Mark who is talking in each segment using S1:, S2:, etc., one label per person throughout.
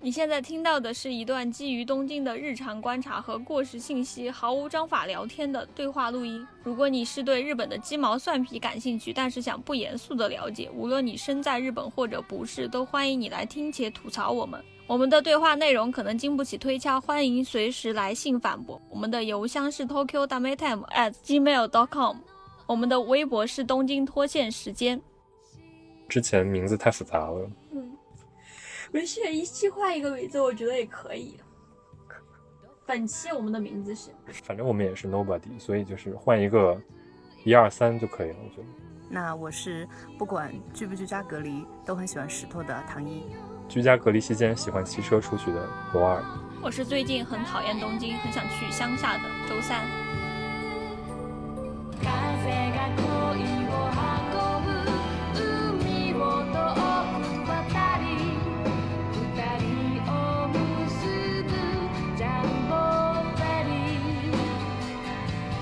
S1: 你现在听到的是一段基于东京的日常观察和过时信息毫无章法聊天的对话录音。如果你是对日本的鸡毛蒜皮感兴趣，但是想不严肃的了解，无论你身在日本或者不是，都欢迎你来听且吐槽我们。我们的对话内容可能经不起推敲，欢迎随时来信反驳。我们的邮箱是 tokyo dame time at gmail dot com，我们的微博是东京脱线时间。
S2: 之前名字太复杂了，
S3: 嗯，没事，一期换一个名字，我觉得也可以。本期我们的名字是，
S2: 反正我们也是 nobody，所以就是换一个一二三就可以了，我觉得。
S4: 那我是不管居不居家隔离都很喜欢石头的唐一，
S2: 居家隔离期间喜欢骑车出去的罗二，
S1: 我是最近很讨厌东京，很想去乡下的周三。
S5: 風が恋を運ぶ海を遠く渡り二人を結ぶジャンボフェリー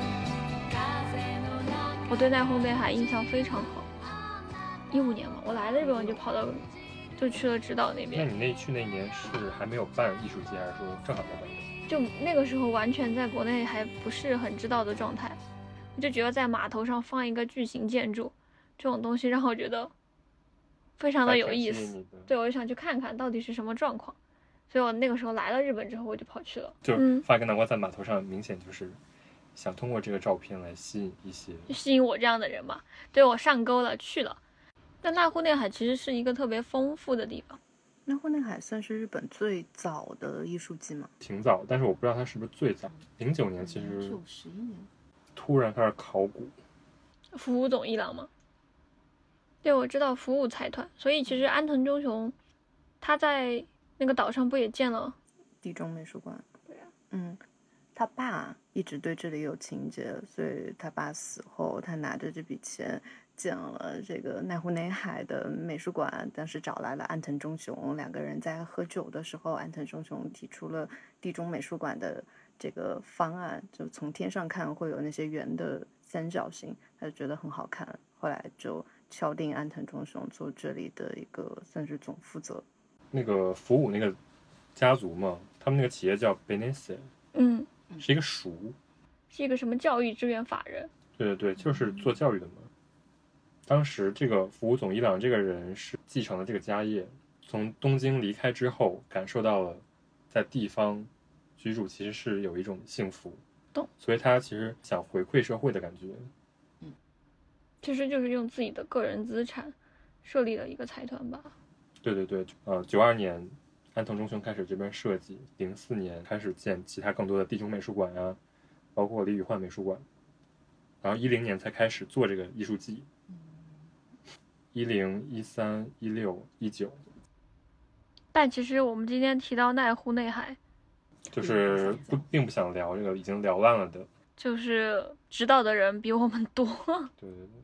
S5: 風の中
S1: 我对濑户内海印象非常好。一五年嘛，我来的日本我就跑到，就去了直岛那
S2: 那
S1: 边，
S2: 你那去那年是还没有办艺术节，还是说正好在办？
S1: 就那个时候完全在国内还不是很知道的状态，我就觉得在码头上放一个巨型建筑，这种东西让我觉得非常的有意思。
S2: 思。
S1: 对，我就想去看看到底是什么状况，所以我那个时候来了日本之后，我就跑去了，
S2: 就是
S1: 嗯
S2: 发根南瓜在码头上，明显就是想通过这个照片来吸引一些。
S1: 就吸引我这样的人嘛，对我上钩了去了。但濑户内海其实是一个特别丰富的地方。
S4: 那户内海算是日本最早的艺术季吗？
S2: 挺早，但是我不知道它是不是最早。零九年其实
S6: 九十一年，
S2: 突然开始考古，
S1: 服务总一郎吗？对，我知道服务财团，所以其实安藤忠雄他在那个岛上不也建了？
S4: 地中美术馆。对啊。嗯，他爸一直对这里有情结，所以他爸死后，他拿着这笔钱建了这个濑户内海的美术馆。当时找来了安藤忠雄，两个人在喝酒的时候，安藤忠雄提出了地中美术馆的这个方案，就从天上看会有那些圆的三角形，他就觉得很好看，后来就。敲定安藤忠雄做这里的一个算是总负责，
S2: 那个福武那个家族嘛，他们那个企业叫 Benesse，
S1: 嗯，
S2: 是一个塾，
S1: 是一个什么教育支援法人？
S2: 对对对，就是做教育的嘛。当时这个服务总一郎这个人是继承了这个家业，从东京离开之后，感受到了在地方居住其实是有一种幸福，
S1: 懂？
S2: 所以他其实想回馈社会的感觉。
S1: 其实就是用自己的个人资产设立了一个财团吧。
S2: 对对对，呃，九二年安藤忠雄开始这边设计，零四年开始建其他更多的地中美术馆啊，包括李宇焕美术馆，然后一零年才开始做这个艺术季，
S1: 嗯
S2: 一零、一三、一六、一九，
S1: 但其实我们今天提到濑户内海，
S2: 就是不并不想聊这个已经聊烂了的，
S1: 就是知道的人比我们多。
S2: 对对对，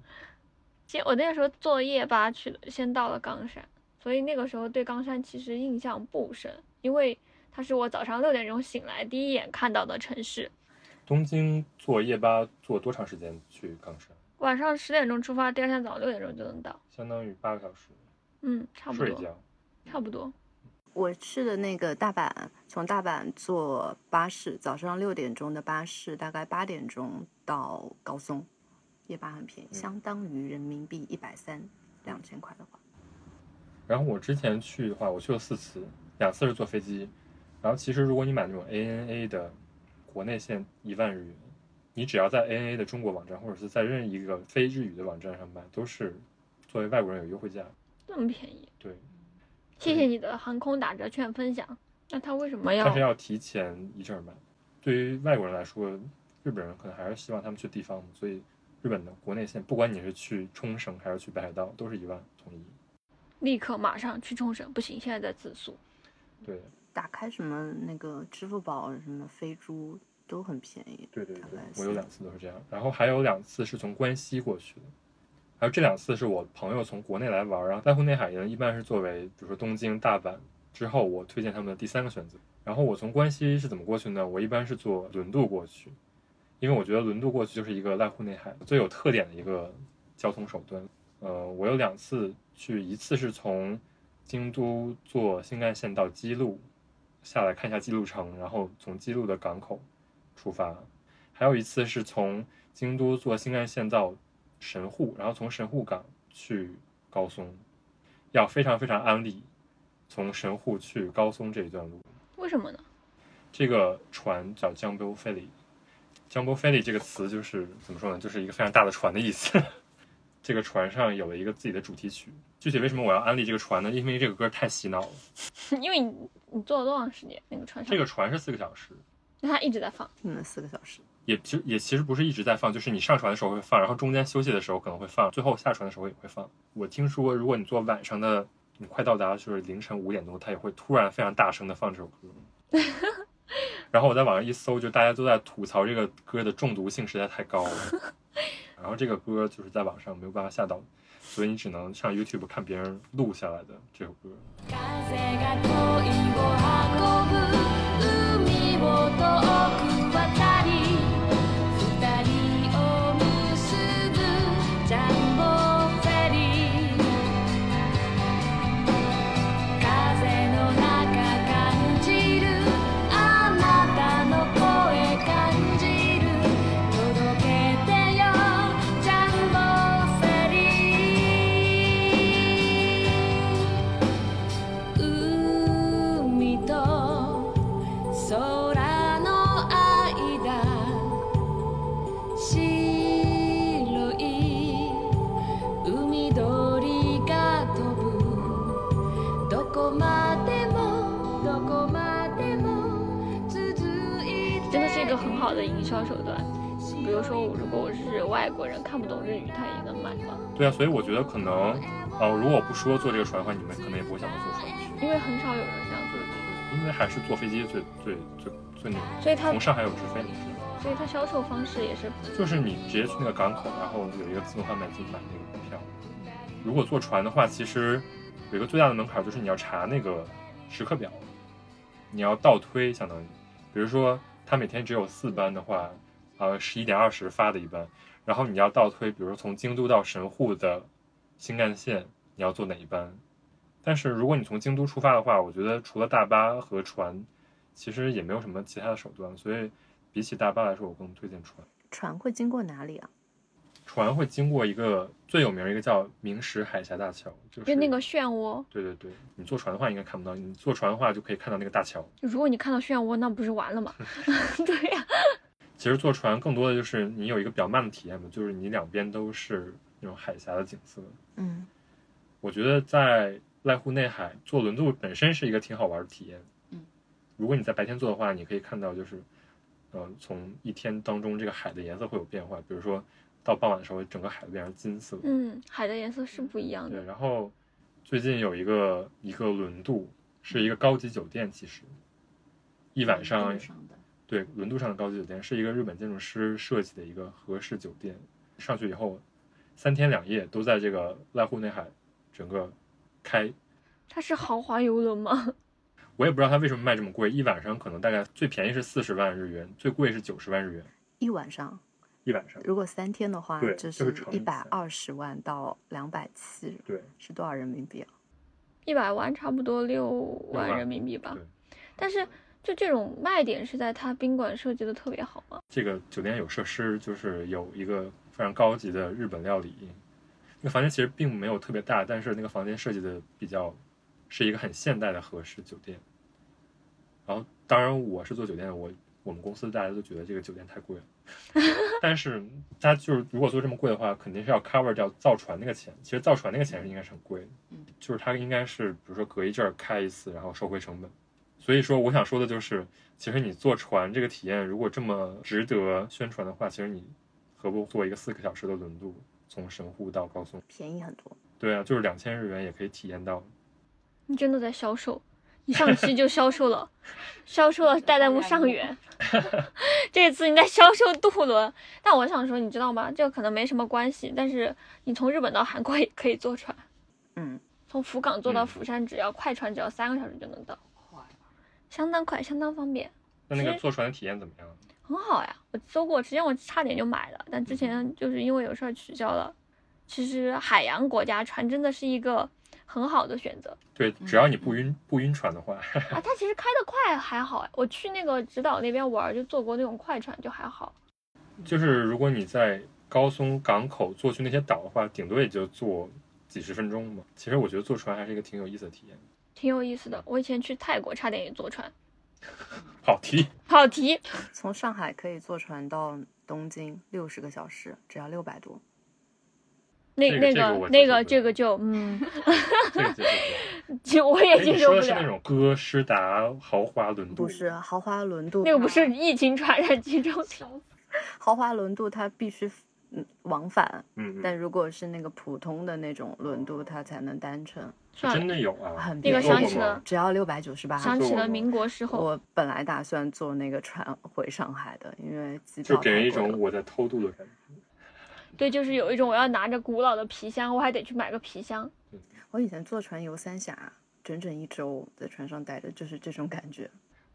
S1: 先我那个时候坐夜巴去的，先到了冈山，所以那个时候对冈山其实印象不深，因为它是我早上六点钟醒来第一眼看到的城市。
S2: 东京坐夜巴坐多长时间去冈山？
S1: 晚上十点钟出发，第二天早上六点钟就能到。
S2: 相当于八个小时，
S1: 嗯，差不
S2: 睡
S1: 多，
S2: 觉。
S1: 差不多。
S4: 我去的那个大阪，从大阪坐巴士，早上六点钟的巴士，大概八点钟到高松，夜巴很便宜，
S2: 嗯
S4: 相当于人民币一百三，两千块的话，
S2: 然后我之前去的话，我去了四次，两次是坐飞机。然后其实如果你买那种 ANA 的国内线一万日元，你只要在 ANA 的中国网站或者是在任意一个非日语的网站上买，都是作为外国人有优惠价。
S1: 这么便宜，
S2: 对，
S1: 谢谢你的航空打折券分享。那他为什么
S2: 但
S1: 要
S2: 是？要提前一阵儿买。对于外国人来说，日本人可能还是希望他们去地方，所以日本的国内线，不管你是去冲绳还是去北海道，都是一万统一。
S1: 立刻马上去冲绳？不行，现在在自宿。
S2: 对，
S4: 打开什么那个支付宝、什么飞猪都很便宜，
S2: 对对
S4: 大
S2: 对
S4: 概，
S2: 我有
S4: 是
S2: 两次都是这样，然后还有两次是从关西过去的，还有这两次是我朋友从国内来玩儿，然后濑户内海人一般是作为比如说东京、大阪之后，我推荐他们的第三个选择。然后我从关西是怎么过去呢？我一般是坐轮渡过去，因为我觉得轮渡过去就是一个濑户内海最有特点的一个交通手段。呃，我有两次去，一次是从京都坐新干线到姬路，下来看一下姬路城，然后从姬路的港口出发。还有一次是从京都坐新干线到神户，然后从神户港去高松，要非常非常安利，从神户去高松这一段路。
S1: 为什么呢？
S2: 这个船叫 Jumbo Ferry。Jumbo Ferry 这个词就是怎么说呢？就是一个非常大的船的意思。 这个船上有了一个自己的主题曲。具体为什么我要安利这个船呢？因为这个歌太洗脑了。
S1: 因为你你坐了多长时间？那个船上，
S2: 这个船是四个小时，
S1: 那它一直在放。
S4: 听了四个小时，
S2: 也其实也其实不是一直在放，就是你上船的时候会放，然后中间休息的时候可能会放，最后下船的时候也会放。我听说，如果你坐晚上的，你快到达就是凌晨五点钟，它也会突然非常大声的放这首歌。然后我在网上一搜，就大家都在吐槽这个歌的中毒性实在太高了。然后这个歌就是在网上没有办法下到，所以你只能上 YouTube 看别人录下来的这首歌。
S5: 風が恋を運ぶ海を遠く渡り二人を結ぶジャンボフェリー風の中感じるあなたの声感じる届けてよジャンボフェリー海と空の間白い海鳥が飛ぶどこまでもどこまでも続いて
S1: 真的是一个很好的营销手段。比如说，我如果我是外国人看不懂日语，他也能买到，
S2: 对啊，所以我觉得可能，呃，如果我不说坐这个船的话，你们可能也不会想到坐船去。
S1: 因为很少有人这样
S2: 对对，因为还是坐飞机最最最最牛。
S1: 做，所以它
S2: 从上海有直飞，你知道吗？
S1: 所以它销售方式也是
S2: 就是你直接去那个港口，然后有一个自动贩卖机买那个票。如果坐船的话，其实有一个最大的门槛就是你要查那个时刻表，你要倒推，相当于，比如说他每天只有四班的话，呃，十一点二十发的一班，然后你要倒推，比如说从京都到神户的新干线，你要坐哪一班？但是如果你从京都出发的话，我觉得除了大巴和船，其实也没有什么其他的手段，所以比起大巴来说，我更推荐船。
S4: 船会经过哪里啊？
S2: 船会经过一个最有名儿一个叫明石海峡大桥，就
S1: 就是那个漩涡。
S2: 对对对，你坐船的话应该看不到，你坐船的话就可以看到那个大桥。
S1: 如果你看到漩涡，那不是完了 吗？对呀、
S2: 其实坐船更多的就是你有一个比较慢的体验嘛，就是你两边都是那种海峡的景色。
S4: 嗯
S2: 我觉得在濑户内海坐轮渡本身是一个挺好玩的体验。
S4: 嗯，
S2: 如果你在白天坐的话，你可以看到就是，呃，从一天当中这个海的颜色会有变化，比如说到傍晚的时候，整个海变成金色。
S1: 嗯，海的颜色是不一
S4: 嗯
S1: 样
S2: 对，
S1: 的。
S2: 然后最近有一个一个轮渡，是一个高级酒店，其实一晚上
S4: 路上的
S2: 对轮渡上的高级酒店是一个日本建筑师设计的一个和式酒店。上去以后，三天两夜都在这个濑户内海整个开。
S1: 它是豪华游轮吗？
S2: 我也不知道它为什么卖这么贵，一晚上可能大概最便宜是四十万日元，最贵是九十万日元
S4: 一晚上，
S2: 一晚上。
S4: 如果三天的话
S2: 对，
S4: 就
S2: 就是
S4: 是
S2: 乘
S4: 一
S2: 以
S4: 百
S2: 三
S4: 二十万到两百七，
S2: 对，
S4: 是多少人民币啊？
S1: 一百万差不多六万人民币吧
S2: 对。
S1: 但是就这种卖点是在它宾馆设计的特别好嘛？
S2: 这个酒店有设施，就是有一个非常高级的日本料理。那个房间其实并没有特别大，但是那个房间设计的比较是一个很现代的和式酒店。然后，当然我是做酒店的，我我们公司大家都觉得这个酒店太贵了， 但是它就是如果做这么贵的话，肯定是要 cover 掉造船那个钱。其实造船那个钱是应该是很贵的
S4: 嗯，
S2: 就是它应该是比如说隔一阵儿开一次，然后收回成本。所以说，我想说的就是，其实你坐船这个体验，如果这么值得宣传的话，其实你何不坐一个四个小时的轮渡，从神户到高松？
S4: 便宜很多。
S2: 对啊，就是两千日元也可以体验到。
S1: 你真的在销售，你上期就销售了， 销售了代代木上元，这次你在销售渡轮。但我想说，你知道吗？这个可能没什么关系，但是你从日本到韩国也可以坐船，
S4: 嗯，
S1: 从福冈坐到
S2: 嗯
S1: 釜山，只要快船只要三个小时就能到，相当快，相当方便。
S2: 那那个
S1: 是
S2: 坐船的体验怎么样？
S1: 很好呀，我搜过，之前我差点就买了，但之前就是因为有事儿取消了。其实海洋国家船真的是一个很好的选择。
S2: 对，
S1: 嗯
S2: 只要你不晕不晕船的话，
S1: 啊，它其实开得快还好哎，我去那个直岛那边玩儿就坐过那种快船，就还好。
S2: 就是如果你在高松港口坐去那些岛的话，顶多也就坐几十分钟嘛。其实我觉得坐船还是一个挺有意思的体验。
S1: 挺有意思
S2: 嗯
S1: 的。我以前去泰国差点也坐船。
S2: 跑题，
S1: 跑题，
S4: 从上海可以坐船到东京，六十个小时，只要六百多。
S1: 那
S2: 这
S1: 那
S2: 个这个我
S1: 个那
S2: 接受不
S1: 个
S2: 了
S1: 这个就嗯，
S2: 这个接 受不
S1: 就我
S2: 了。
S1: 也
S2: 哎，
S1: 接
S2: 你
S1: 受不
S2: 说的是那
S1: 了。
S2: 种哥诗达豪华轮渡，
S4: 不是豪华轮渡，
S1: 那个不
S2: 啊
S1: 是疫情传染其中
S4: 豪华轮渡，它必须嗯往返。
S2: 嗯，嗯，
S4: 但如果是那个普通的那种轮渡，它才能单程，
S1: 算
S2: 真
S1: 了。
S2: 的有啊，
S4: 很
S1: 那个
S4: 便宜，
S1: 想起了
S4: 只要六百九十八。
S1: 想
S2: 坐
S1: 起
S2: 过
S1: 了
S2: 吗
S1: 民国时候，
S4: 我本来打算坐那个船回上海的，因为机票
S2: 就给人一
S4: 太贵
S2: 种
S4: 了
S2: 我在偷渡的感觉。
S1: 对，就是有一种我要拿着古老的皮箱，我还得去买个皮箱。
S4: 我以前坐船游三峡，整整一周在船上待着，就是这种感觉。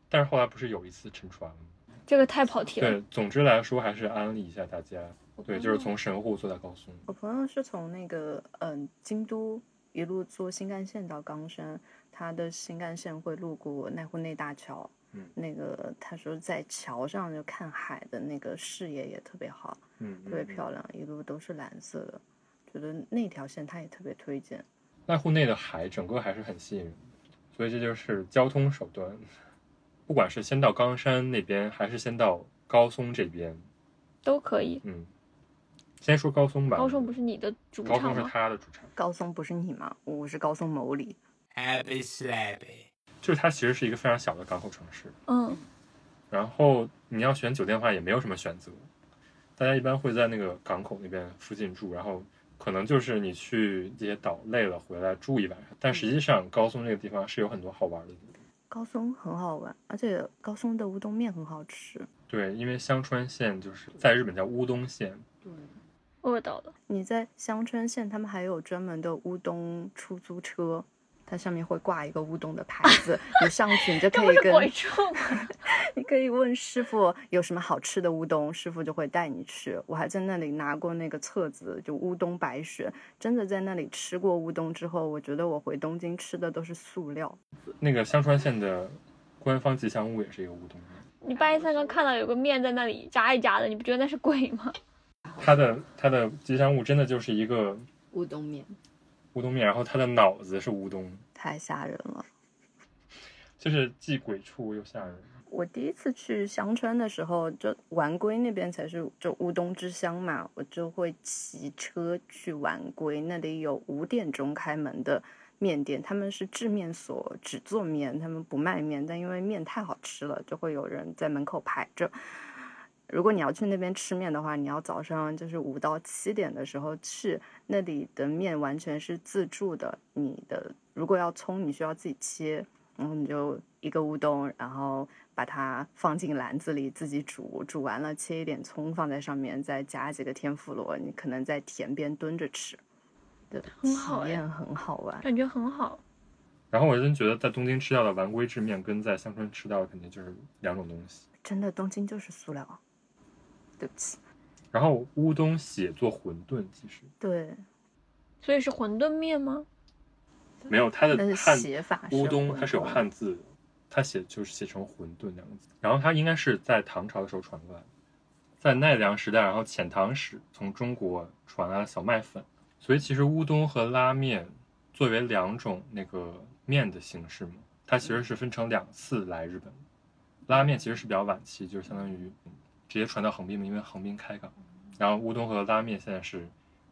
S2: 但是后来不是有一次沉船了吗？
S1: 这个太跑题了。
S2: 对，总之来说还是安利一下大家。对，就是从神户坐到高松，
S4: 我朋友是从那个嗯京都一路坐新干线到冈山，他的新干线会路过奈户内大桥，
S2: 嗯
S4: 那个他说在桥上就看海的那个视野也特别好，
S2: 嗯，
S4: 特别
S2: 亮。
S4: 漂亮，一路都是蓝色的，觉得那条线他也特别推荐。
S2: 濑户内的海整个还是很吸引人的，所以这就是交通手段。不管是先到冈山那边，还是先到高松这边，
S1: 都可以。
S2: 嗯，先说高松吧。
S1: 高中不是你的主
S2: 高松
S1: 场
S2: 是
S1: 吗？
S2: 他的主场，
S4: 高松不是你吗？我是高松某里，
S6: Happy slappy.
S2: 就是它其实是一个非常小的港口城市。
S1: 嗯，
S2: 然后你要选酒店的话，也没有什么选择，大家一般会在那个港口那边附近住，然后可能就是你去这些岛累了回来住一晚上。但实际上，高松这个地方是有很多好玩的地方。
S4: 高松很好玩，而且高松的乌冬面很好吃。
S2: 对，因为香川县就是在日本叫乌东县，
S1: 饿到了。
S4: 你在香川县，他们还有专门的乌冬出租车，它上面会挂一个乌冬的牌子，你上去你就
S1: 这
S4: 可
S1: 不
S4: 以
S1: 是鬼
S4: 跟
S1: 畜吗？
S4: 你可以问师傅有什么好吃的乌冬，师傅就会带你去。我还在那里拿过那个册子，就乌冬白雪，真的在那里吃过乌冬之后，我觉得我回东京吃的都是塑料。
S2: 那个香川县的官方吉祥物也是一个乌冬面，
S1: 你半夜三更看到有个面在那里炸一炸的，你不觉得那是鬼吗？
S2: 它的它的吉祥物真的就是一个
S7: 乌冬面，
S2: 乌冬面，然后它的脑子是乌冬，
S4: 太吓人了。
S2: 就是既鬼畜又吓人。
S4: 我第一次去香川的时候，就丸龟那边才是就乌冬之乡嘛，我就会骑车去丸龟，那里有五点钟开门的面店，他们是制面所，只做面，他们不卖面，但因为面太好吃了，就会有人在门口排着。如果你要去那边吃面的话，你要早上就是五到七点的时候去，那里的面完全是自助的。你的如果要葱，你需要自己切，然后你就一个乌冬，然后把它放进篮子里自己煮，煮完了切一点葱放在上面，再加几个天妇罗，你可能在田边蹲着吃，对，
S1: 很好哎
S4: 体验很好玩。
S1: 感觉很好。
S2: 然后我真觉得在东京吃到的丸龟制面跟在香川吃到的肯定就是两种东西。
S4: 真的，东京就是塑料，对不起，
S2: 然后乌冬写作馄饨，其实
S4: 对，
S1: 所以是馄饨面吗？
S2: 没有它的
S4: 但是
S2: 汉
S4: 写法是
S2: 乌冬，它是有
S4: 混合
S2: 汉字的，它写就是写成馄饨两个字。然后它应该是在唐朝的时候传过来的，在奈良时代，然后遣唐使从中国传来了小麦粉，所以其实乌冬和拉面作为两种那个面的形式嘛，它其实是分成两次来日本的。拉面其实是比较晚期，就是相当于直接传到横滨嘛，因为横滨开港。然后乌冬和拉面现在是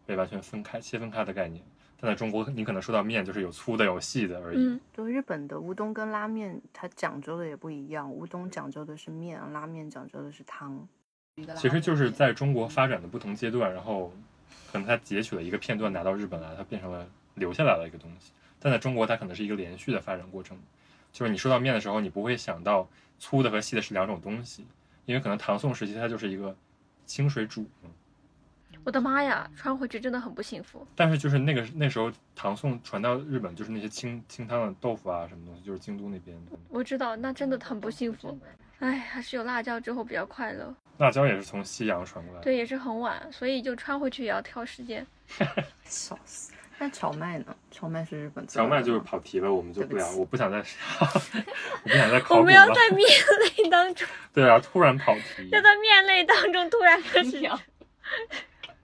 S2: 被完全分开、切分开的概念。但在中国，你可能说到面就是有粗的、有细的而已。
S1: 嗯，
S4: 就日本的乌冬跟拉面，它讲究的也不一样。乌冬讲究的是面，拉面讲究的是汤。
S2: 其实就是在中国发展的不同阶段，然后可能它截取了一个片段拿到日本来，它变成了留下来的一个东西。但在中国，它可能是一个连续的发展过程。就是你说到面的时候，你不会想到粗的和细的是两种东西，因为可能唐宋时期它就是一个清水煮。嗯
S1: 我的妈呀，穿回去真的很不幸福。
S2: 但是就是那个那时候唐宋传到日本，就是那些清清汤的豆腐啊，什么东西，就是京都那边的
S1: 我知道，那真的很不幸福。哎，还是有辣椒之后比较快乐。
S2: 辣椒也是从西洋传过来的。
S1: 对，也是很晚，所以就穿回去也要挑时间。
S4: 笑死！那荞麦呢？荞麦是日本做
S2: 荞
S4: 的
S2: 麦就是
S4: 吗
S2: 跑题了，我们就不聊
S4: 对不，起
S2: 我不想再， 我不想再考
S1: 我
S2: 古
S1: 们要
S2: 了。
S1: 在面类当中，
S2: 对啊，突然跑题。
S1: 要在面类当中突然开 始聊。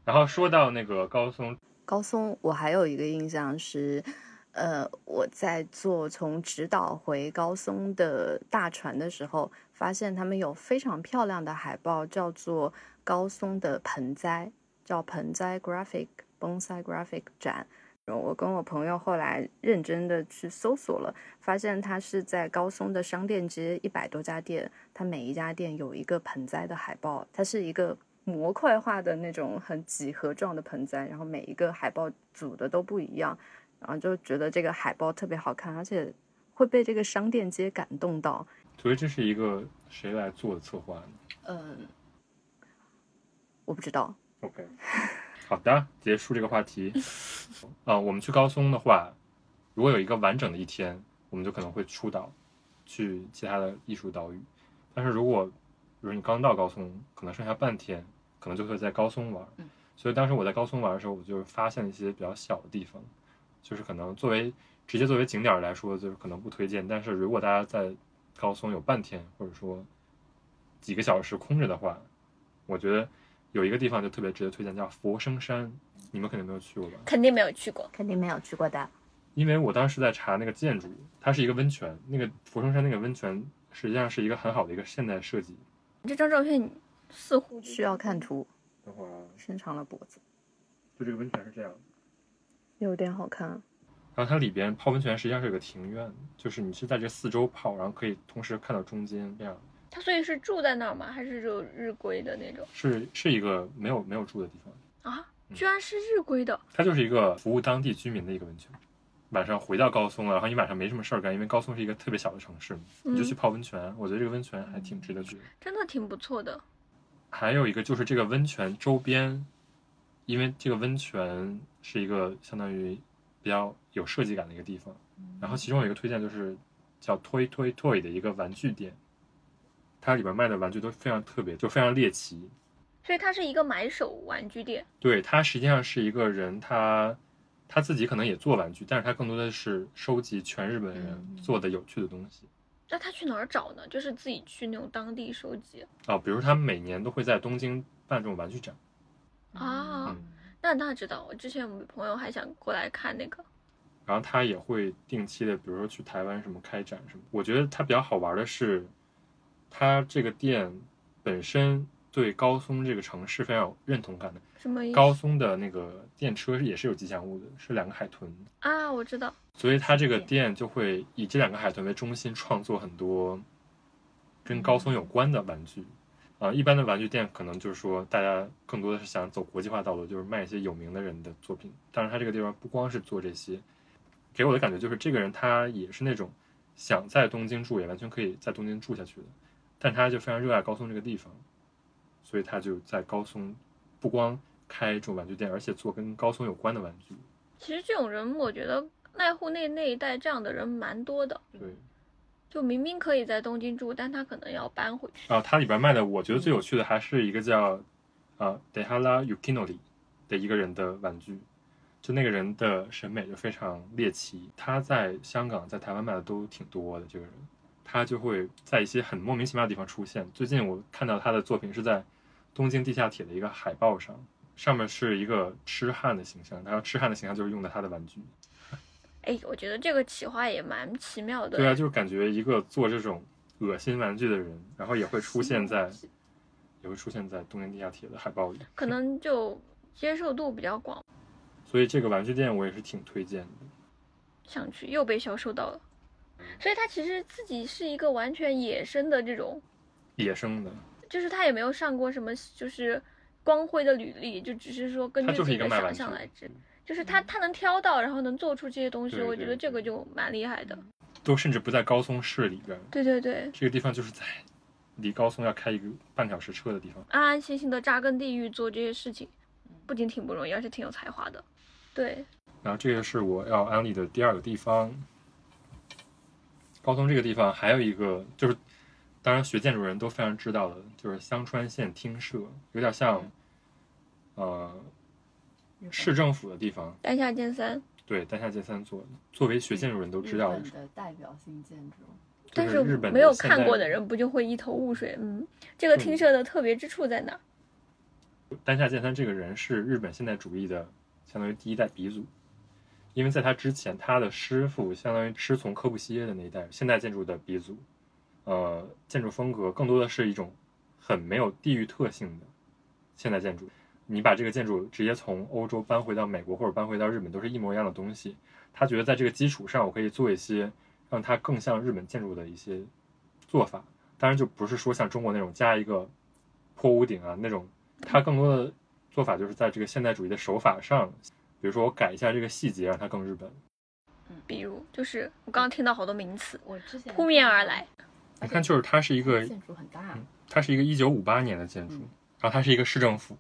S2: 然后说到那个高松，
S4: 高松，我还有一个印象是，呃，我在坐从直岛回高松的大船的时候，发现他们有非常漂亮的海报，叫做高松的盆栽，叫盆栽 graphic bonsai graphic 展。然后我跟我朋友后来认真的去搜索了，发现它是在高松的商店街一百多家店，它每一家店有一个盆栽的海报，它是一个模块化的那种很几何状的盆栽，然后每一个海报组的都不一样，然后就觉得这个海报特别好看，而且会被这个商店街感动到。
S2: 所以这是一个谁来做的策划呢
S4: 嗯，我不知道，
S2: ？OK，好的，结束这个话题。啊、我们去高松的话，如果有一个完整的一天，我们就可能会出岛，去其他的艺术岛屿。但是如果比如你刚到高松，可能剩下半天，可能就会在高松玩。
S4: 嗯
S2: 所以当时我在高松玩的时候，我就发现了一些比较小的地方，就是可能作为直接作为景点儿来说，就是可能不推荐。但是如果大家在高松有半天或者说几个小时空着的话，我觉得有一个地方就特别值得推荐，叫佛生山。你们肯定没有去过吧？
S1: 肯定没有去过，
S4: 肯定没有去过的。
S2: 因为我当时在查那个建筑，它是一个温泉，那个佛生山那个温泉实际上是一个很好的一个现代设计。
S1: 这张照片似乎
S4: 需要看图，
S2: 等会儿啊，
S4: 伸长了脖子，
S2: 就这个温泉是这样的。
S4: 有点好看。啊
S2: 然后它里边泡温泉实际上是有个庭院，就是你是在这四周泡，然后可以同时看到中间，这样
S1: 他所以是住在那儿吗？还是就日归的那种
S2: 是是一个没有没有住的地方，
S1: 啊？
S2: 嗯
S1: 居然是日归的，
S2: 它就是一个服务当地居民的一个温泉。晚上回到高松了，然后你晚上没什么事儿干，因为高松是一个特别小的城市嘛，你就去
S1: 嗯
S2: 泡温泉。我觉得这个温泉还挺值得去的。
S1: 真的挺不错的。
S2: 还有一个就是这个温泉周边，因为这个温泉是一个相当于比较有设计感的一个地方。然后其中有一个推荐就是叫 Toy Toy Toy 的一个玩具店，它里边卖的玩具都非常特别，就非常猎奇。
S1: 所以它是一个买手玩具店，
S2: 对，它实际上是一个人，他他自己可能也做玩具，但是他更多的是收集全日本人做的有趣的东西。
S1: 那他去哪儿找呢？就是自己去那种当地收集
S2: 啊、比如他们每年都会在东京办这种玩具展。
S1: 啊。
S2: 嗯
S1: 那那知道，我之前我们朋友还想过来看那个，
S2: 然后他也会定期的，比如说去台湾什么开展什么。我觉得它比较好玩的是，它这个店本身对高松这个城市非常有认同感的。
S1: 什么意思
S2: 高松的那个电车也是有吉祥物的，是两个海豚，
S1: 啊？我知道，
S2: 所以它这个店就会以这两个海豚为中心创作很多跟高松有关的玩具。啊，一般的玩具店可能就是说，大家更多的是想走国际化道路，就是卖一些有名的人的作品。当然，它这个地方不光是做这些，给我的感觉就是这个人他也是那种想在东京住，也完全可以在东京住下去的，但他就非常热爱高松这个地方，所以他就在高松不光开这种玩具店，而且做跟高松有关的玩具。
S1: 其实这种人，我觉得濑户内那一带这样的人蛮多的，
S2: 对，
S1: 就明明可以在东京住，但他可能要搬回去。
S2: 啊，它里边卖的，我觉得最有趣的还是一个叫啊 Dehara Yukinori 的一个人的玩具，就那个人的审美就非常猎奇。他在香港、在台湾卖的都挺多的，这个人他就会在一些很莫名其妙的地方出现。最近我看到他的作品是在东京地下铁的一个海报上，上面是一个痴汉的形象，然后痴汉的形象就是用的他的玩具。
S1: 哎，我觉得这个企划也蛮奇妙的。哎
S2: 对啊，就是感觉一个做这种恶心玩具的人，然后也会出现在，也会出现在东京地下铁的海报里。
S1: 可能就接受度比较广，
S2: 所以这个玩具店我也是挺推荐的。
S1: 想去又被销售到了。所以他其实自己是一个完全野生的这种，
S2: 野生的，
S1: 就是他也没有上过什么就是光辉的履历，就只是说根
S2: 它
S1: 据
S2: 就
S1: 自
S2: 是
S1: 己
S2: 一个
S1: 的
S2: 卖
S1: 想
S2: 玩具
S1: 象来制。就是他他能挑到，然后能做出这些东西，
S2: 嗯对
S1: 我
S2: 对
S1: 觉得这个
S2: 对嗯
S1: 就蛮厉害的。
S2: 都甚至不在高松市里边，
S1: 对对对，
S2: 这个地方就是在离高松要开一个半小时车的地方。
S1: 安安心心的扎根地域做这些事情，
S2: 嗯
S1: 不仅挺不容易，而且挺有才华的。对，
S2: 然后这个是我要安利的第二个地方。高松这个地方还有一个就是，当然学建筑人都非常知道的，就是香川县厅舍，有点像，呃，
S4: 日
S2: 市政府的地方，
S1: 丹下健三。
S2: 对，丹下健三做的。作为学建筑人都知道
S4: 日
S2: 的
S4: 本，的代表性建筑，
S2: 这
S1: 但
S2: 是日本
S1: 没有
S2: 现
S1: 看
S2: 代
S1: 过的人不就会一头雾水？嗯，这个厅舍的特别之处在哪儿？
S2: 丹下健三这个人是日本现代主义的相当于第一代鼻祖，因为在他之前，他的师傅相当于师从柯布西耶的那一代现代建筑的鼻祖，呃，建筑风格更多的是一种很没有地域特性的现代建筑。你把这个建筑直接从欧洲搬回到美国或者搬回到日本，都是一模一样的东西。他觉得在这个基础上，我可以做一些让它更像日本建筑的一些做法。当然，就不是说像中国那种加一个坡屋顶啊那种，它更多的做法就是在这个现代主义的手法上，比如说我改一下这个细节，让它更日本。嗯
S1: 比如，就是我刚刚听到好多名词
S4: 我之前
S1: 扑面而来。，
S2: 你看，就是它是一个
S4: 建筑很大，
S2: 它是一个一九五八年的建筑
S4: 嗯，
S2: 然后它是一个市政府。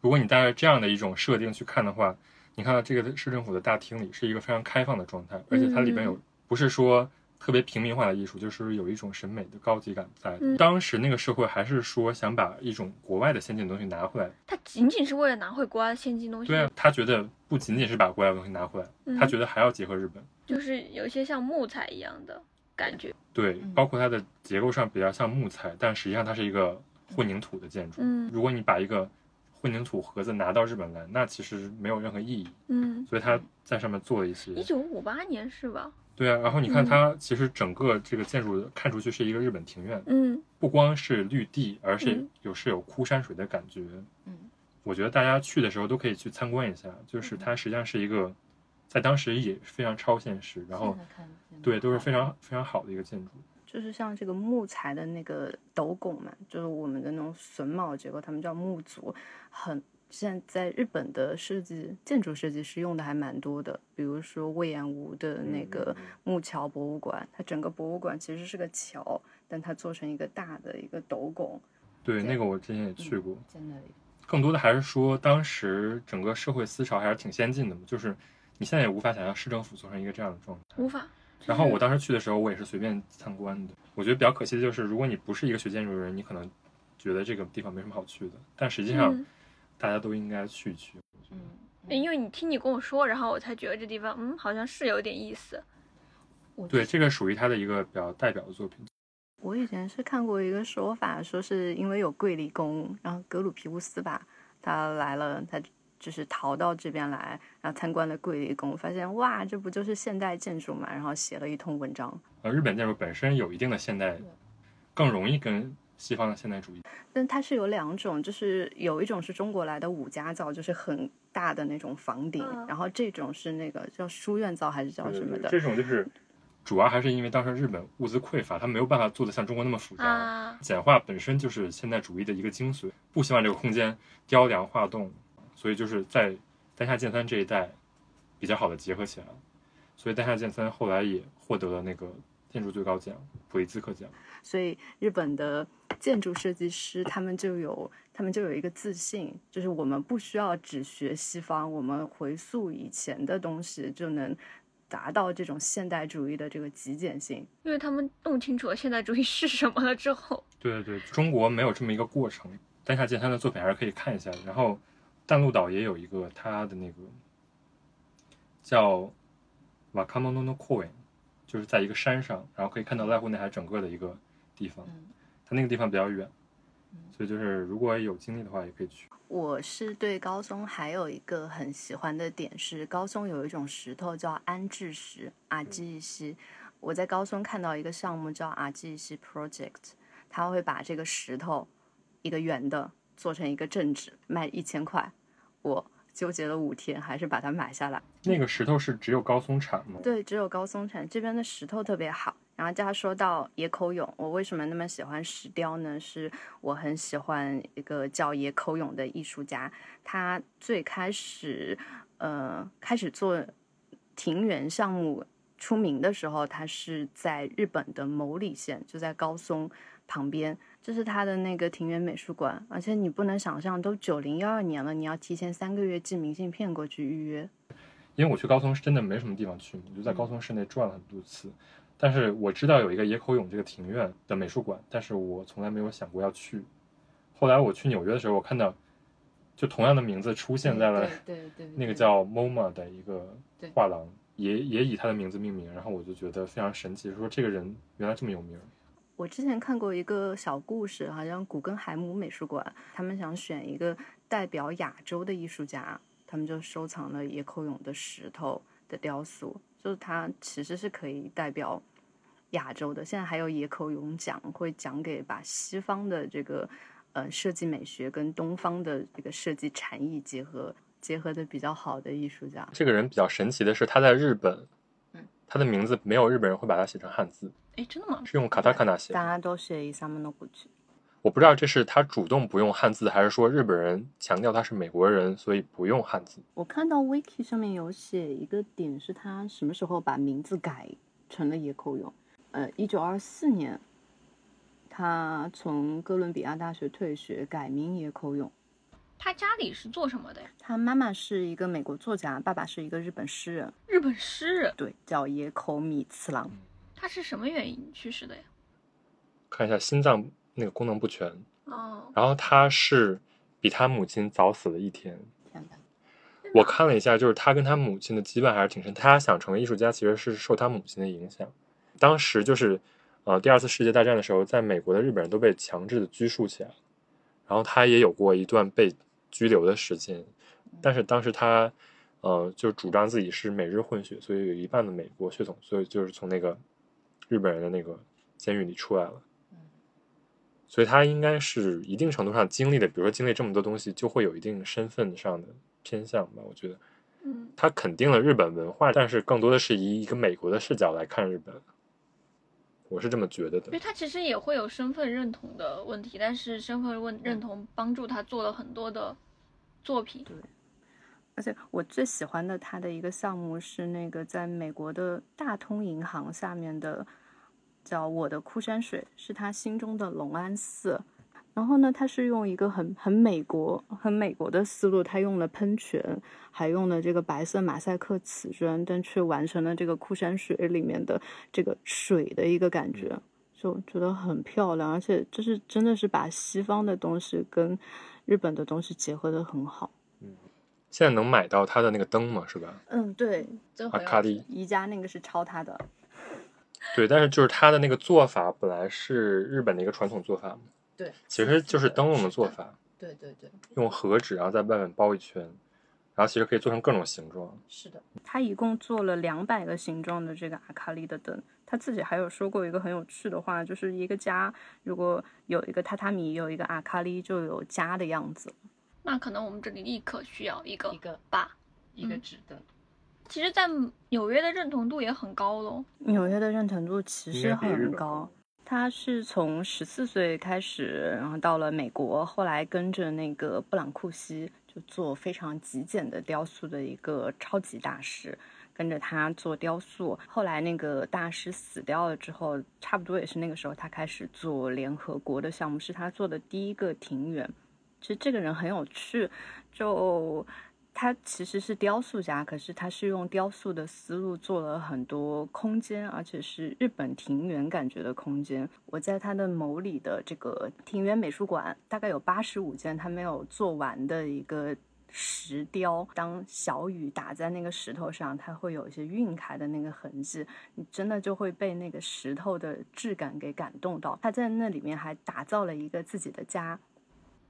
S2: 如果你带着这样的一种设定去看的话，你看到这个市政府的大厅里是一个非常开放的状态，而且它里边
S4: 嗯
S2: 有不是说特别平民化的艺术，就是有一种审美的高级感在
S1: 嗯。
S2: 当时那个社会还是说想把一种国外的先进的东西拿回来，
S1: 它仅仅是为了拿回国外的现金东西，
S2: 对啊，他觉得不仅仅是把国外的东西拿回来，
S1: 嗯
S2: 他觉得还要结合日本。
S1: 就是有一些像木材一样的感觉。
S2: 对，
S1: 嗯
S2: 包括它的结构上比较像木材，但实际上它是一个混凝土的建筑。
S1: 嗯
S2: 如果你把一个混凝土盒子拿到日本来，那其实没有任何意义。
S1: 嗯，
S2: 所以他在上面做了一些
S1: 一，九五八年是吧？
S2: 对啊。然后你看
S1: 嗯
S2: 它其实整个这个建筑看出去是一个日本庭院，
S1: 嗯，
S2: 不光是绿地，而是
S1: 嗯
S2: 有是有枯山水的感觉。
S4: 嗯，
S2: 我觉得大家去的时候都可以去参观一下，就是它实际上是一个在当时也非常超现实，然后
S4: 现在看见
S2: 对都是非
S4: 了
S2: 常非常好的一个建筑。
S4: 就是像这个木材的那个斗拱嘛，就是我们的那种榫卯结构，他们叫木组，很现在日本的设计建筑设计师用的还蛮多的，比如说魏延吾的那个
S2: 嗯嗯
S4: 木桥博物馆，它整个博物馆其实是个桥，但它做成一个大的一个斗拱，嗯
S2: 对，
S4: 对
S2: 那个我之前也去过。
S4: 真的
S2: 更多的还是说，当时整个社会思潮还是挺先进的嘛，就是你现在也无法想象市政府做成一个这样的状态。
S1: 无法。
S2: 然后我当时去的时候，我也是随便参观的。我觉得比较可惜的就是，如果你不是一个学建筑的人，你可能觉得这个地方没什么好去的。但实际上
S1: 嗯，，
S2: 大家都应该去一去。
S4: 嗯，
S1: 哎因为你听你跟我说，然后我才觉得这地方，嗯，好像是有点意思。
S4: 我
S2: 对，这个属于他的一个比较代表的作品。
S4: 我以前是看过一个说法，说是因为有桂离宫，然后格鲁皮乌斯吧，他来了，他就是逃到这边来，然后参观了桂离宫，发现哇，这不就是现代建筑嘛，然后写了一通文章。
S2: 呃，日本建筑本身有一定的现代，更容易跟西方的现代主义。
S4: 但它是有两种，就是有一种是中国来的五家造，就是很大的那种房顶，
S1: 嗯
S4: 然后这种是那个叫书院造还是叫什么的？
S2: 这种就是主要还是因为当时日本物资匮乏，他没有办法做的像中国那么复杂。
S1: 啊，
S2: 简化本身就是现代主义的一个精髓，不希望这个空间雕梁画栋，所以就是在丹下健三这一代比较好的结合起来了。所以丹下健三后来也获得了那个建筑最高奖普利兹克奖。
S4: 所以日本的建筑设计师他们就有他们就有一个自信，就是我们不需要只学西方，我们回溯以前的东西就能达到这种现代主义的这个极简性。
S1: 因为他们弄清楚了现代主义是什么了之后，
S2: 对对对，中国没有这么一个过程。丹下健三的作品还是可以看一下。然后淡路岛也有一个他的那个叫瓦卡莫诺诺库恩，就是在一个山上，然后可以看到濑户内海整个的一个地方。
S4: 嗯
S2: 它那个地方比较远
S4: 嗯，
S2: 所以就是如果有精力的话，也可以去。
S4: 我是对高松还有一个很喜欢的点是，高松有一种石头叫安置石阿基西。我在高松看到一个项目叫阿基西 Project，他会把这个石头一个圆的做成一个正值，卖一千块。我纠结了五天，还是把它买下来。
S2: 那个石头是只有高松产吗？
S4: 对，只有高松产这边的石头特别好。然后大家说到野口勇，我为什么那么喜欢石雕呢？是我很喜欢一个叫野口勇的艺术家，他最开始，呃，开始做庭园项目出名的时候，他是在日本的牟里县，就在高松旁边，这是他的那个庭园美术馆。而且你不能想象，都九零幺二年了，你要提前三个月寄明信片过去预约。
S2: 因为我去高松是真的没什么地方去嘛，我就
S7: 嗯
S2: 在高松市内转了很多次。但是我知道有一个野口勇这个庭院的美术馆，但是我从来没有想过要去。后来我去纽约的时候，我看到就同样的名字出现在了
S7: 嗯对对对对
S2: 那个叫 MoMA 的一个
S7: 对
S2: 画廊，也也以他的名字命名。然后我就觉得非常神奇，说这个人原来这么有名。
S4: 我之前看过一个小故事，好像古根海姆美术馆，他们想选一个代表亚洲的艺术家，他们就收藏了野口勇的石头的雕塑，就是他其实是可以代表亚洲的。现在还有野口勇奖，会奖给把西方的这个呃设计美学跟东方的这个设计禅意结合结合的比较好的艺术家。
S2: 这个人比较神奇的是，他在日本
S7: 嗯，
S2: 他的名字没有日本人会把它写成汉字，
S1: 哎，真的吗？
S2: 是用卡塔卡纳写的
S4: 大。家都写伊萨姆诺古吉，
S2: 我不知道这是他主动不用汉字，还是说日本人强调他是美国人，所以不用汉字。
S4: 我看到 Wiki 上面有写一个点，是他什么时候把名字改成了野口勇？呃，一九二四年，他从哥伦比亚大学退学，改名野口勇。
S1: 他家里是做什么的呀？
S4: 他妈妈是一个美国作家，爸爸是一个日本诗人，
S1: 日本诗人，
S4: 对，叫野口米次郎。
S1: 他是什么原因去世的呀？
S2: 看一下心脏那个功能不全，
S1: 哦，
S2: 然后他是比他母亲早死了一天。
S4: 天哪，
S2: 我看了一下，就是他跟他母亲的羁绊还是挺深。他想成为艺术家，其实是受他母亲的影响。当时就是，呃，第二次世界大战的时候，在美国的日本人都被强制的拘束起来，然后他也有过一段被拘留的时间，但是当时他，呃，就主张自己是美日混血，所以有一半的美国血统，所以就是从那个日本人的那个监狱里出来了。所以他应该是一定程度上经历的，比如说经历这么多东西，就会有一定身份上的偏向吧。我觉得
S1: 嗯，
S2: 他肯定了日本文化，但是更多的是以一个美国的视角来看日本，我是这么觉得
S1: 因为
S2: 的。
S1: 他其实也会有身份认同的问题，但是身份认认同帮助他做了很多的作品。
S4: 而且我最喜欢的他的一个项目是那个在美国的大通银行下面的，叫我的枯山水，是他心中的龙安寺。然后呢，他是用一个很很美国、很美国的思路，他用了喷泉，还用了这个白色马赛克瓷砖，但却完成了这个枯山水里面的这个水的一个感觉，就觉得很漂亮。而且就是真的是把西方的东西跟日本的东西结合的很好。
S2: 现在能买到他的那个灯吗？是吧？
S4: 嗯，对，就
S2: 阿卡迪。
S4: 宜家那个是抄他的，
S2: 对，但是就是他的那个做法本来是日本的一个传统做法嘛，
S7: 对，
S2: 其实就是灯笼的做
S7: 是
S2: 法，
S7: 对对对，
S2: 用和纸然后在外面包一圈，然后其实可以做成各种形状。
S7: 是的，
S4: 他一共做了两百个形状的这个阿卡丽的灯。他自己还有说过一个很有趣的话，就是一个家如果有一个榻榻米，有一个阿卡丽，就有家的样子。
S1: 那可能我们这里立刻需要一个
S7: 一个
S1: 吧。
S7: 一个
S1: 嗯
S7: 纸的，
S1: 其实，在纽约的认同度也很高喽。
S4: 纽约的认同度其
S2: 应
S4: 实
S2: 该比日
S4: 很
S2: 本
S4: 高
S2: 高，
S4: 他是从十四岁开始，然后到了美国，后来跟着那个布朗库西就做非常极简的雕塑的一个超级大师，跟着他做雕塑。后来那个大师死掉了之后，差不多也是那个时候，他开始做联合国的项目，是他做的第一个庭园。其实这个人很有趣，就他其实是雕塑家，可是他是用雕塑的思路做了很多空间，而且是日本庭园感觉的空间。我在他的某里的这个庭园美术馆，大概有八十五件他没有做完的一个。石雕，当小雨打在那个石头上，它会有一些晕开的那个痕迹，你真的就会被那个石头的质感给感动到。他在那里面还打造了一个自己的家，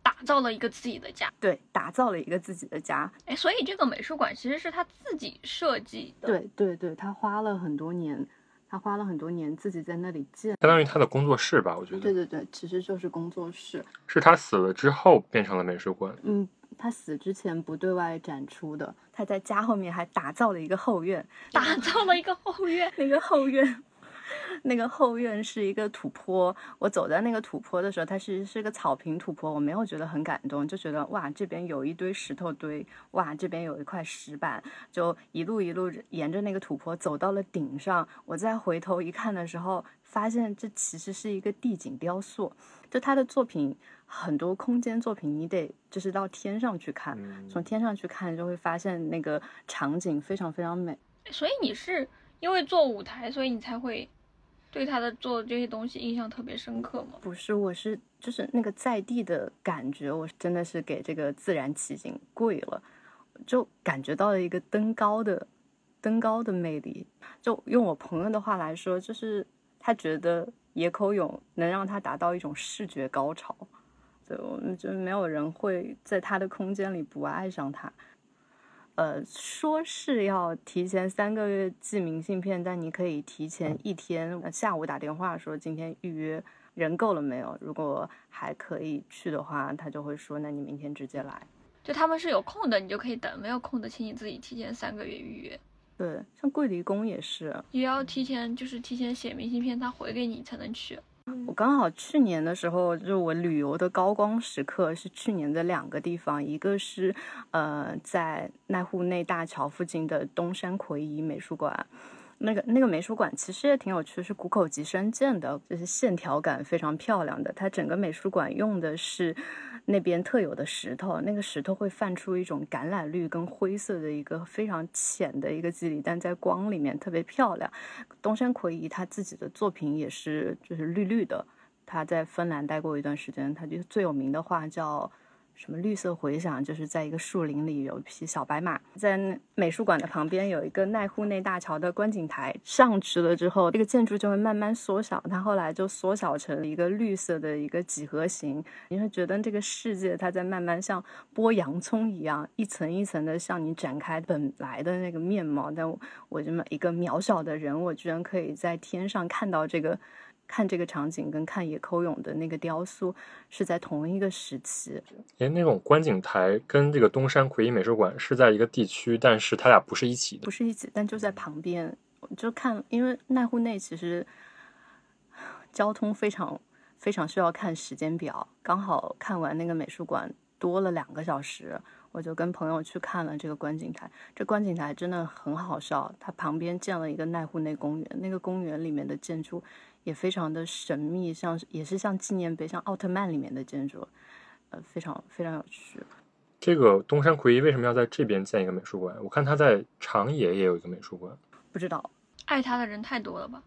S1: 打造了一个自己的家，
S4: 对，打造了一个自己的家，
S1: 哎，所以这个美术馆其实是他自己设计的，，
S4: 对对对，他花了很多年，他花了很多年自己在那里建。
S2: 相当于他的工作室吧，我觉
S4: 对
S2: 得
S4: 对对，其实就是工作室。
S2: 是他死了之后变成了美术馆。
S4: 嗯，他死之前不对外展出的，他在家后面还打造了一个后院，
S1: 打造了一个后院，
S4: 那个后院，那个后院是一个土坡。我走在那个土坡的时候，它是是个草坪土坡，我没有觉得很感动，就觉得哇，这边有一堆石头堆，哇，这边有一块石板，就一路一路沿着那个土坡走到了顶上。我再回头一看的时候，发现这其实是一个地景雕塑。就他的作品，很多空间作品，你得就是到天上去看，
S2: 嗯，
S4: 从天上去看就会发现那个场景非常非常美。
S1: 所以你是因为做舞台，所以你才会对他的做的这些东西印象特别深刻吗？
S4: 不是，我是就是那个在地的感觉，我真的是给这个自然奇景跪了，就感觉到了一个登高的登高的魅力。就用我朋友的话来说，就是他觉得野口勇能让他达到一种视觉高潮，对，我们觉得没有人会在他的空间里不爱上他。呃，说是要提前三个月寄明信片，但你可以提前一天呃下午打电话说今天预约人够了没有？如果还可以去的话，他就会说那你明天直接来。
S1: 就他们是有空的，你就可以等；没有空的，请你自己提前三个月预约，
S4: 对，像桂离宫也是，
S1: 也要提前就是提前写明信片，他回给你才能去。
S4: 我刚好去年的时候，就是我旅游的高光时刻是去年的两个地方，一个是呃在奈户内大桥附近的东山魁夷美术馆。那个那个美术馆其实也挺有趣，是谷口吉生建的，就是线条感非常漂亮的。它整个美术馆用的是那边特有的石头，那个石头会泛出一种橄榄绿跟灰色的一个非常浅的一个肌理，但在光里面特别漂亮。东山魁夷他自己的作品也是就是绿绿的。他在芬兰待过一段时间，他就最有名的画叫什么“绿色回响”，就是在一个树林里有一匹小白马，在那美术馆的旁边有一个奈户内大桥的观景台，上去了之后，这个建筑就会慢慢缩小，它后来就缩小成一个绿色的一个几何形，你会觉得这个世界它在慢慢像剥洋葱一样，一层一层的向你展开本来的那个面貌，但我我这么一个渺小的人，我居然可以在天上看到这个。看这个场景跟看野口勇的那个雕塑是在同一个时期，
S2: 哎，那种观景台跟这个东山魁夷美术馆是在一个地区，但是它俩不是一起的
S4: 不。是一起，但就在旁边。我就看，因为奈户内其实交通非常非常需要看时间表，刚好看完那个美术馆多了两个小时，我就跟朋友去看了这个观景台。这观景台真的很好笑，它旁边建了一个奈户内公园，那个公园里面的建筑也非常的神秘，像也是像纪念碑，像奥特曼里面的建筑，呃，非常非常有趣。
S2: 这个东山魁夷为什么要在这边建一个美术馆？我看他在长野也有一个美术馆。
S4: 不知道
S1: 爱他的人太多了吧？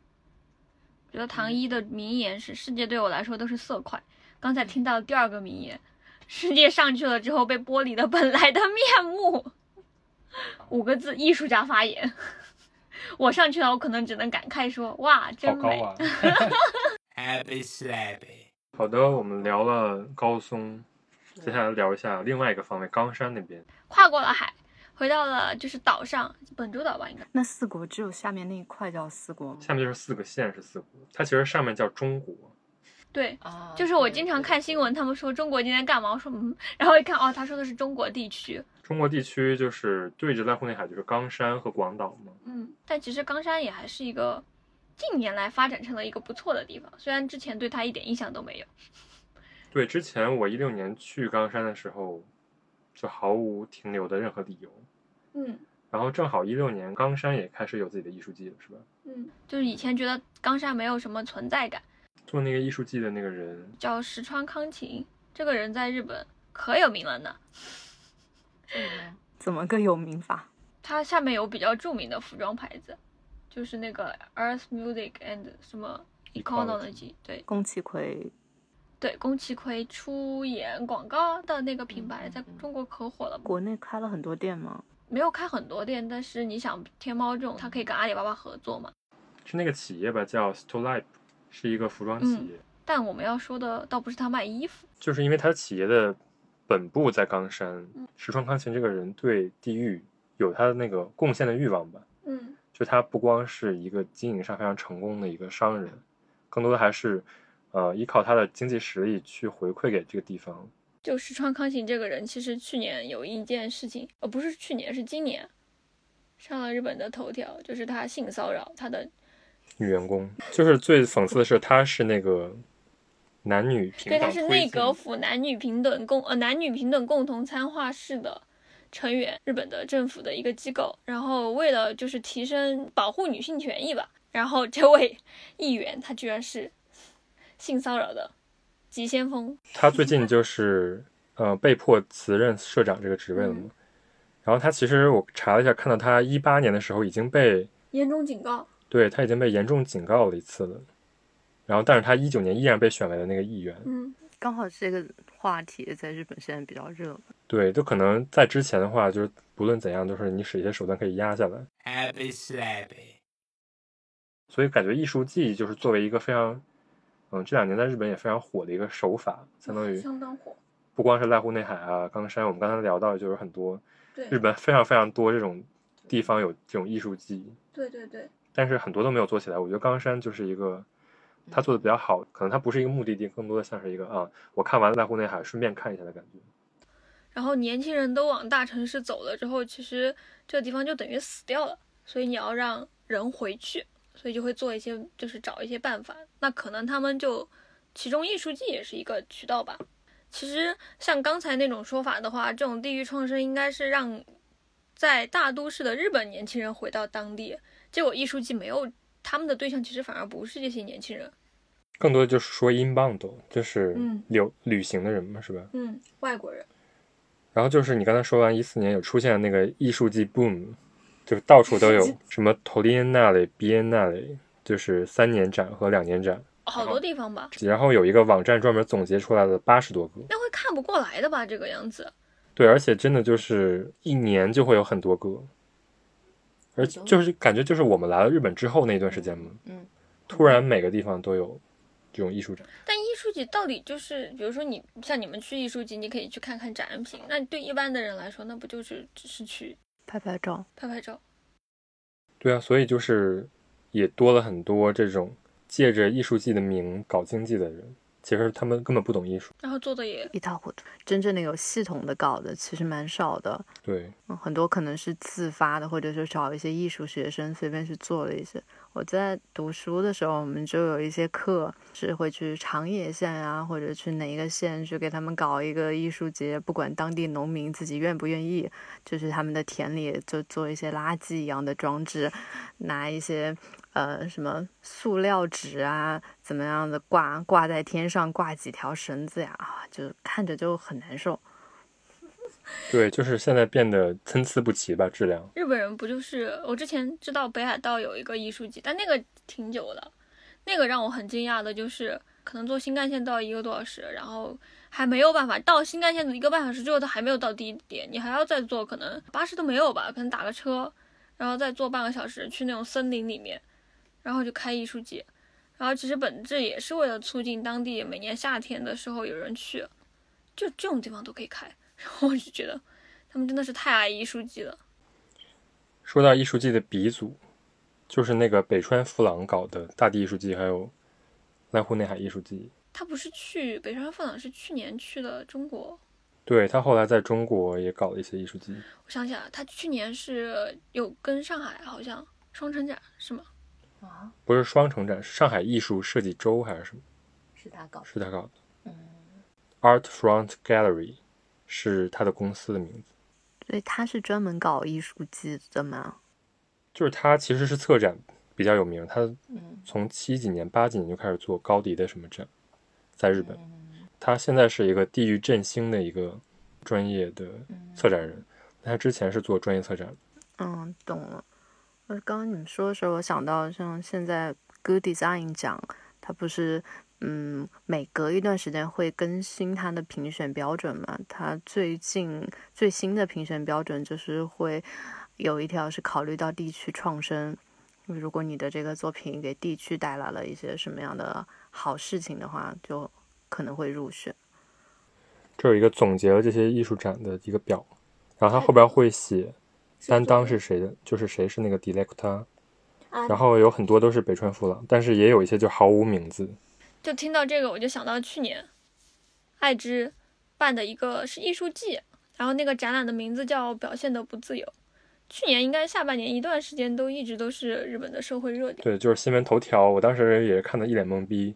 S1: 觉得
S2: 嗯
S1: 唐一的名言是“世界对我来说都是色块”，刚
S2: 嗯
S1: 才听到第二个名言，“世界上去了之后被剥离了本来的面目”，五个字，艺术家发言。 我上去了，我可能只能感慨说：“哇，
S2: 好
S1: 真
S2: 高
S1: 美！”
S2: 啊！
S6: Happy slappy.
S2: 好的，我们聊了高松，接下来聊一下另外一个方位，冈山那边。
S1: 跨过了海，回到了就是岛上，本州岛吧，应该
S4: 那四国只有下面那一块叫四国吗？
S2: 下面就是四个县是四国，它其实上面叫中国。
S1: 对。
S4: 啊
S1: 就是我经常看新闻，他们说中国今天干嘛，我说嗯， 然后一看哦，他说的是中国地区，
S2: 中国地区就是对着濑户内海，就是冈山和广岛嘛。
S1: 嗯，但其实冈山也还是一个近年来发展成了一个不错的地方，虽然之前对它一点印象都没有。
S2: 对，之前我一六年去冈山的时候，就毫无停留的任何理由。
S1: 嗯
S2: 然后正好一六年冈山也开始有自己的艺术季了，是吧？
S1: 嗯，就是以前觉得冈山没有什么存在感，
S2: 做那个艺术季的那个人，
S1: 叫石川康晴，这个人在日本可有名了呢。
S4: 怎么个有名法？
S1: 他下面有比较著名的服装牌子，就是那个 Earth Music and 什么 Econology，对
S4: 宫崎葵
S1: 对，宫崎葵出演广告的那个品牌在中国可火了，
S4: 国内开了很多店吗？
S1: 没有开很多店，但是你想天猫这种，它可以跟阿里巴巴合作嘛？
S2: 是那个企业吧，叫 Stolipe，是一个服装
S1: 嗯
S2: 企业。
S1: 但我们要说的倒不是他卖衣服，
S2: 就是因为他企业的本部在冈山，
S1: 嗯
S2: 石川康晴这个人对地域有他的那个贡献的欲望吧。
S1: 嗯，
S2: 就他不光是一个经营上非常成功的一个商人，更多的还是，呃，依靠他的经济实力去回馈给这个地方。
S1: 就石川康晴这个人，其实去年有一件事情，呃，不是去年，是今年，上了日本的头条，就是他性骚扰他的，
S2: 女员工就是最讽刺的是，他是那个男女平
S1: 对，
S2: 等，
S1: 他是内阁府男女平等共呃男女平等共同参画室的。成员，日本的政府的一个机构，然后为了就是提升保护女性权益吧，然后这位议员他居然是性骚扰的急先锋，
S2: 他最近就是呃被迫辞任社长这个职位了嘛。然后他其实我查了一下，看到他一八年的时候已经被
S1: 严重警告，
S2: 对他已经被严重警告了一次了，然后但是他一九年依然被选为了那个议员。
S1: 嗯，
S4: 刚好这个话题在日本现在比较热门，
S2: 对，就可能在之前的话，就是不论怎样，就是你使一些手段可以压下来。
S6: Happy slappy.
S2: 所以感觉艺术季就是作为一个非常，嗯，这两年在日本也非常火的一个手法，相当于
S3: 相当火。
S2: 不光是濑户内海啊、冈山，我们刚才聊到就是很多
S3: 对，
S2: 日本非常非常多这种地方有这种艺术季，
S3: 对对对，
S2: 但是很多都没有做起来。我觉得冈山就是一
S3: 嗯
S2: 个，他做的比较好，可能它不是一个目的地，更多的像是一个啊，我看完濑户内海，顺便看一下的感觉。
S1: 然后年轻人都往大城市走了之后，其实这个地方就等于死掉了，所以你要让人回去，所以就会做一些，就是找一些办法。那可能他们就，其中艺术季也是一个渠道吧。其实像刚才那种说法的话，这种地域创生应该是让在大都市的日本年轻人回到当地，结果艺术季没有他们的对象，其实反而不是这些年轻人。
S2: 更多的就是说 inbound，就是
S3: 嗯
S2: 旅、旅行的人嘛，是吧？
S3: 嗯，外国人，
S2: 然后就是你刚才说完一四年有出现那个艺术季 boom，就是到 处都有什么 t o l i n a l e b i e n n a l e 就是三年展和两年展，
S1: 好多地方吧，
S2: 然后有一个网站专门总结出来了八十多个，
S1: 那会看不过来的吧？这个样子，
S2: 对，而且真的就是一年就会有很多个，而且就是感觉就是我们来了日本之后那段时间嘛，
S4: 嗯，
S2: 突然每个地方都有这种艺术展，
S1: 但艺术节到底就是，比如说你像你们去艺术节，你可以去看看展品。那对一般的人来说，那不就是只是去
S4: 拍拍照，
S1: 拍拍照？
S2: 对啊，所以就是也多了很多这种借着艺术季的名搞经济的人，其实他们根本不懂艺术，
S1: 然后做的也
S4: 一塌糊涂。真正的有系统的搞的其实蛮少的，
S2: 对。
S4: 嗯，很多可能是自发的，或者是找一些艺术学生随便去做了一些。我在读书的时候，我们就有一些课是会去长野县啊，或者去哪一个县去给他们搞一个艺术节，不管当地农民自己愿不愿意，就是他们的田里就做一些垃圾一样的装置，拿一些呃什么塑料纸啊，怎么样的挂挂在天上，挂几条绳子呀，啊，就看着就很难受。
S2: 对，就是现在变得参差不齐吧，质量。
S1: 日本人不就是我之前知道北海道有一个艺术节，但那个挺久的，那个让我很惊讶的就是，可能坐新干线到一个多小时，然后还没有办法到新干线的一个半小时之后，它还没有到地点，你还要再坐可能巴士都没有吧，可能打个车，然后再坐半个小时去那种森林里面，然后就开艺术节，然后其实本质也是为了促进当地每年夏天的时候有人去，就这种地方都可以开， 然后我就觉得他们真的是太爱艺术季了。
S2: 说到艺术季的鼻祖，就是那个北川富朗搞的大地艺术季，还有濑户内海艺术季。
S1: 他不是去北川放朗，是去年去了中国。
S2: 对他后来在中国也搞了一些艺术季，
S1: 我想起来，他去年是有跟上海好像双城展是吗？
S2: 不是双城展，是上海艺术设计周还是什么？
S4: 是他搞嗯
S2: 是他搞的。Art Front Gallery 是他的公司的名字，
S4: 所以他是专门搞艺术季的嘛？
S2: 就是他其实是策展比较有名，他
S4: 嗯
S2: 从七几年、八几年就开始做高迪的什么展，在日本，
S4: 嗯
S2: 他现在是一个地域振兴的一个专业的策展人，他之前是做专业策展，
S4: 嗯，懂了。呃，刚刚你们说的时候，我想到像现在 Good Design 奖，它不是嗯每隔一段时间会更新它的评选标准嘛？它最近最新的评选标准就是会有一条是考虑到地区创生。如果你的这个作品给地区带来了一些什么样的好事情的话，就可能会入选。
S2: 这有一个总结了这些艺术展的一个表，然后他后边会写担当是谁的，就是谁是那个 director，
S3: 啊
S2: 然后有很多都是北川富朗，但是也有一些就毫无名字，
S1: 就听到这个，我就想到去年爱知办的一个是艺术季，然后那个展览的名字叫《表现的不自由》。去年应该下半年一段时间都一直都是日本的社会热点。
S2: 对，就是新闻头条，我当时也看得一脸懵逼，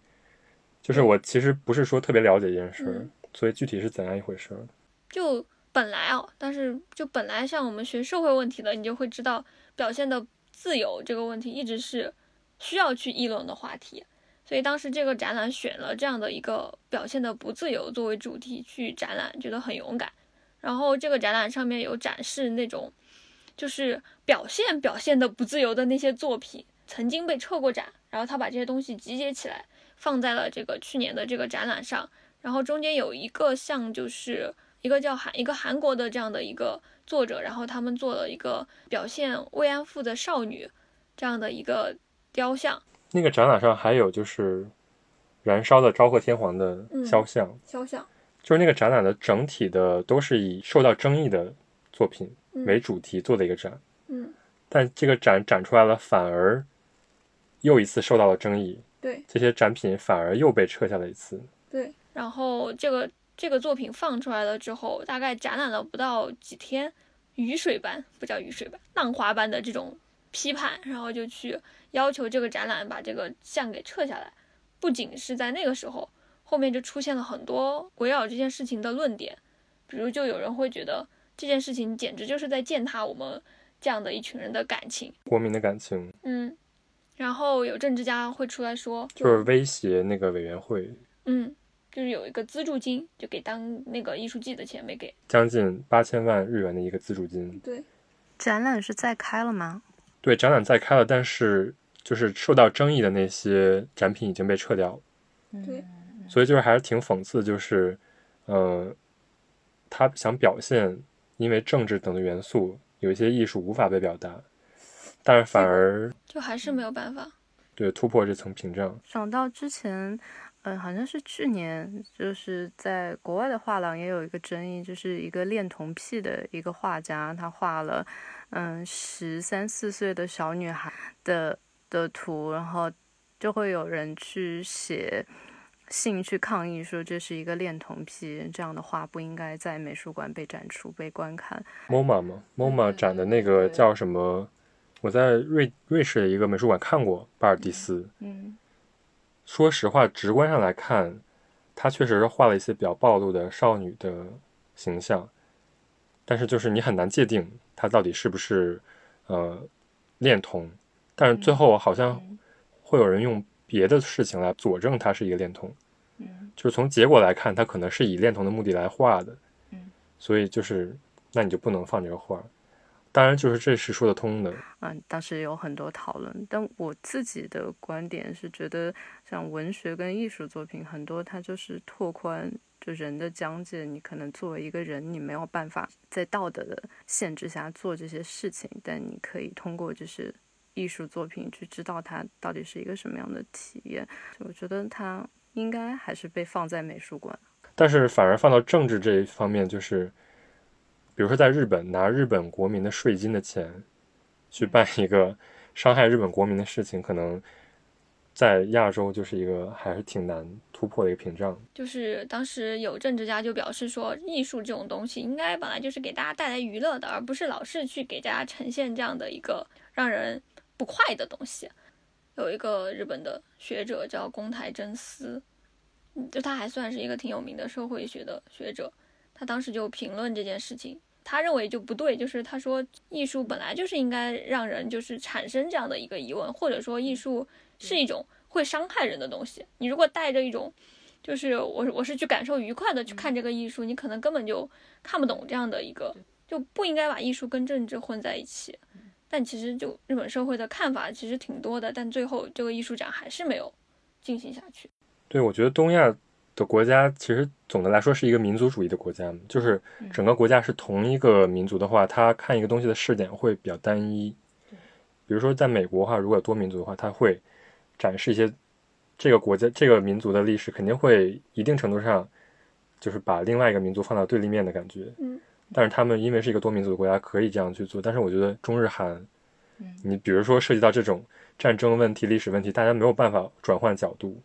S2: 就是我其实不是说特别了解这件事儿，
S1: 嗯
S2: 所以具体是怎样一回事儿。
S1: 就本来哦，但是就本来像我们学社会问题的，你就会知道表现的自由这个问题一直是需要去议论的话题。所以当时这个展览选了这样的一个表现的不自由作为主题去展览，觉得很勇敢。然后这个展览上面有展示那种就是表现表现的不自由的那些作品，曾经被撤过展，然后他把这些东西集结起来，放在了这个去年的这个展览上。然后中间有一个像就是一个叫韩一个韩国的这样的一个作者，然后他们做了一个表现慰安妇的少女这样的一个雕像
S2: 那个展览上还有就是燃烧的昭和天皇的肖像，
S1: 肖像。
S2: 就是那个展览的整体的都是以受到争议的作品
S1: 嗯
S2: 为主题做的一个展，
S1: 嗯，
S2: 但这个展展出来了，反而又一次受到了争议，
S1: 对
S2: 这些展品反而又被撤下了一次。
S1: 对。然后这个这个作品放出来了之后，大概展览了不到几天，雨水般不叫雨水般，浪花般的这种批判，然后就去要求这个展览把这个像给撤下来。不仅是在那个时候，后面就出现了很多围绕这件事情的论点，比如就有人会觉得这件事情简直就是在践踏我们这样的一群人的感情，
S2: 国民的感情
S1: 嗯。然后有政治家会出来说，
S2: 就是威胁那个委员会，
S1: 嗯，就是有一个资助金，就给当那个艺术季的钱没给。
S2: 将近八千万日元的一个资助金。
S1: 对，
S4: 展览是再开了吗？
S2: 对，展览再开了，但是就是受到争议的那些展品已经被撤掉了。
S1: 对
S2: 所以就是还是挺讽刺，就是，呃，他想表现因为政治等的元素，有一些艺术无法被表达，但是反而
S1: 就还是没有办法。
S2: 对突破这层屏障。
S4: 想到之前，呃，好像是去年，就是在国外的画廊也有一个争议，就是一个恋童癖的一个画家，他画了，嗯，十三四岁的小女孩的的图，然后就会有人去写信去抗议，说这是一个恋童癖，这样的画不应该在美术馆被展出、被观看。
S2: MoMA 嘛，MoMA 展的那个叫什么？我在瑞瑞士的一个美术馆看过巴尔蒂斯。
S4: 嗯
S2: 说实话，直观上来看，他确实是画了一些比较暴露的少女的形象，但是就是你很难界定他到底是不是呃恋童，但是最后好像会有人用别的事情来佐证他是一个恋童，
S4: 嗯
S2: 就是从结果来看，他可能是以恋童的目的来画的
S4: 嗯，
S2: 所以就是那你就不能放这个画儿。当然，就是这是说得通的，
S4: 嗯，当时有很多讨论，但我自己的观点是觉得，像文学跟艺术作品，很多它就是拓宽就人的疆界。你可能作为一个人，你没有办法在道德的限制下做这些事情，但你可以通过就是艺术作品去知道它到底是一个什么样的体验。我觉得它应该还是被放在美术馆。
S2: 但是反而放到政治这一方面，就是比如说在日本拿日本国民的税金的钱去办一个伤害日本国民的事情，可能在亚洲就是一个还是挺难突破的一个屏障。
S1: 就是当时有政治家就表示说，艺术这种东西应该本来就是给大家带来娱乐的，而不是老是去给大家呈现这样的一个让人不快的东西。有一个日本的学者叫宫台真司，嗯就他还算是一个挺有名的社会学的学者，他当时就评论这件事情，他认为就不对，就是他说艺术本来就是应该让人就是产生这样的一个疑问，或者说艺术是一种会伤害人的东西。你如果带着一种就是我我是去感受愉快的去看这个艺术，你可能根本就看不懂这样的一个，就不应该把艺术跟政治混在一起。但其实就日本社会的看法其实挺多的，但最后这个艺术展还是没有进行下去。
S2: 对，我觉得东亚的国家其实总的来说是一个民族主义的国家，就是整个国家是同一个民族的话，他看一个东西的视点会比较单一。比如说在美国的话，如果有多民族的话，他会展示一些这个国家、这个民族的历史，肯定会一定程度上就是把另外一个民族放到对立面的感觉。
S1: 嗯，
S2: 但是他们因为是一个多民族的国家，可以这样去做。但是我觉得中日韩，你比如说涉及到这种战争问题、历史问题，大家没有办法转换角度。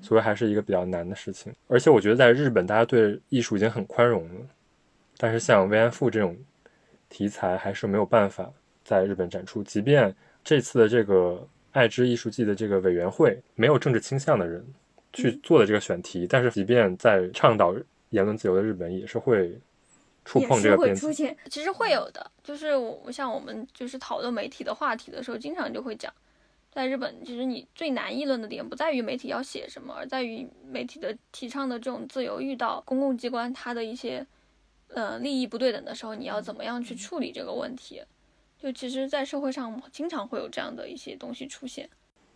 S2: 所以还是一个比较难的事情。而且我觉得在日本，大家对艺术已经很宽容了，但是像慰安妇这种题材还是没有办法在日本展出。即便这次的这个爱知艺术季的这个委员会没有政治倾向的人去做的这个选题，但是即便在倡导言论自由的日本，也是会触碰这个边界。
S3: 现。
S1: 其实会有的，就是我像我们就是讨论媒体的话题的时候，经常就会讲，在日本，其实你最难议论的点不在于媒体要写什么，而在于媒体的提倡的这种自由遇到公共机关它的一些，呃，利益不对等的时候，你要怎么样去处理这个问题。就其实，在社会上经常会有这样的一些东西出现。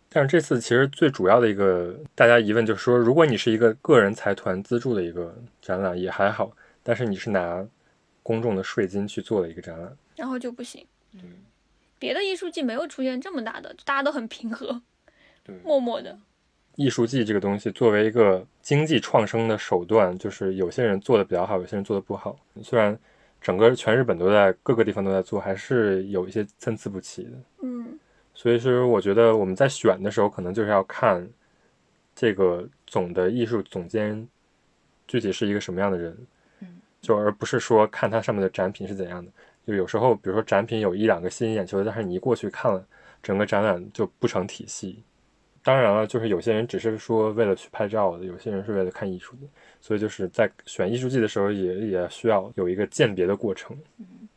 S2: 但是这次其实最主要的一个大家疑问就是说，如果你是一个个人财团资助的一个展览也还好，但是你是拿公众的税金去做的一个展览，
S1: 然后就不行。别的艺术季没有出现这么大的，大家都很平和，
S2: 对
S1: 默默的。
S2: 艺术季这个东西作为一个经济创生的手段，就是有些人做的比较好，有些人做的不好。虽然整个全日本都在各个地方都在做，还是有一些参差不齐的。
S1: 嗯，
S2: 所以说，我觉得我们在选的时候，可能就是要看这个总的艺术总监具体是一个什么样的人，
S4: 嗯，
S2: 就而不是说看他上面的展品是怎样的。就有时候，比如说展品有一两个吸引眼球的，但是你一过去看了，整个展览就不成体系。当然了，就是有些人只是说为了去拍照的，有些人是为了看艺术的，所以就是在选艺术季的时候也，也需要有一个鉴别的过程。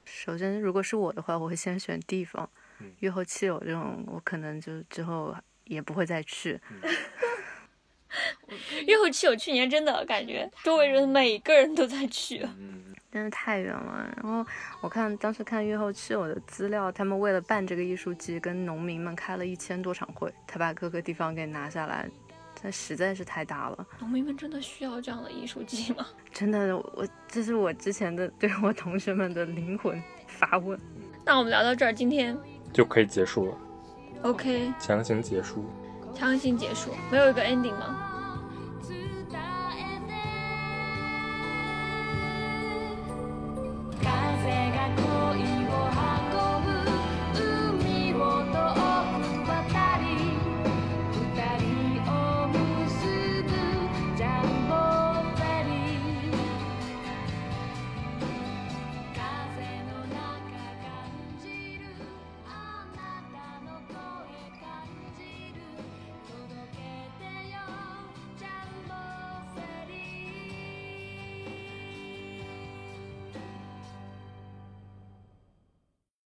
S4: 首先，如果是我的话，我会先选地方
S2: 嗯。
S4: 月后七友这种，我可能就之后也不会再去。
S1: 月后七友去年真的感觉周围人每个人都在去，啊
S2: 嗯，
S4: 但是太远了。然后我看当时看月后七友的资料，他们为了办这个艺术季，跟农民们开了一千多场会，他把各个地方给拿下来，但实在是太大了。
S1: 农民们真的需要这样的艺术季吗？
S4: 真的，我这是我之前的对我同学们的灵魂发问。
S1: 那我们聊到这儿，今天
S2: 就可以结束了，
S1: OK
S2: 强行结束。
S1: 强行结束，没有一个 ending 吗？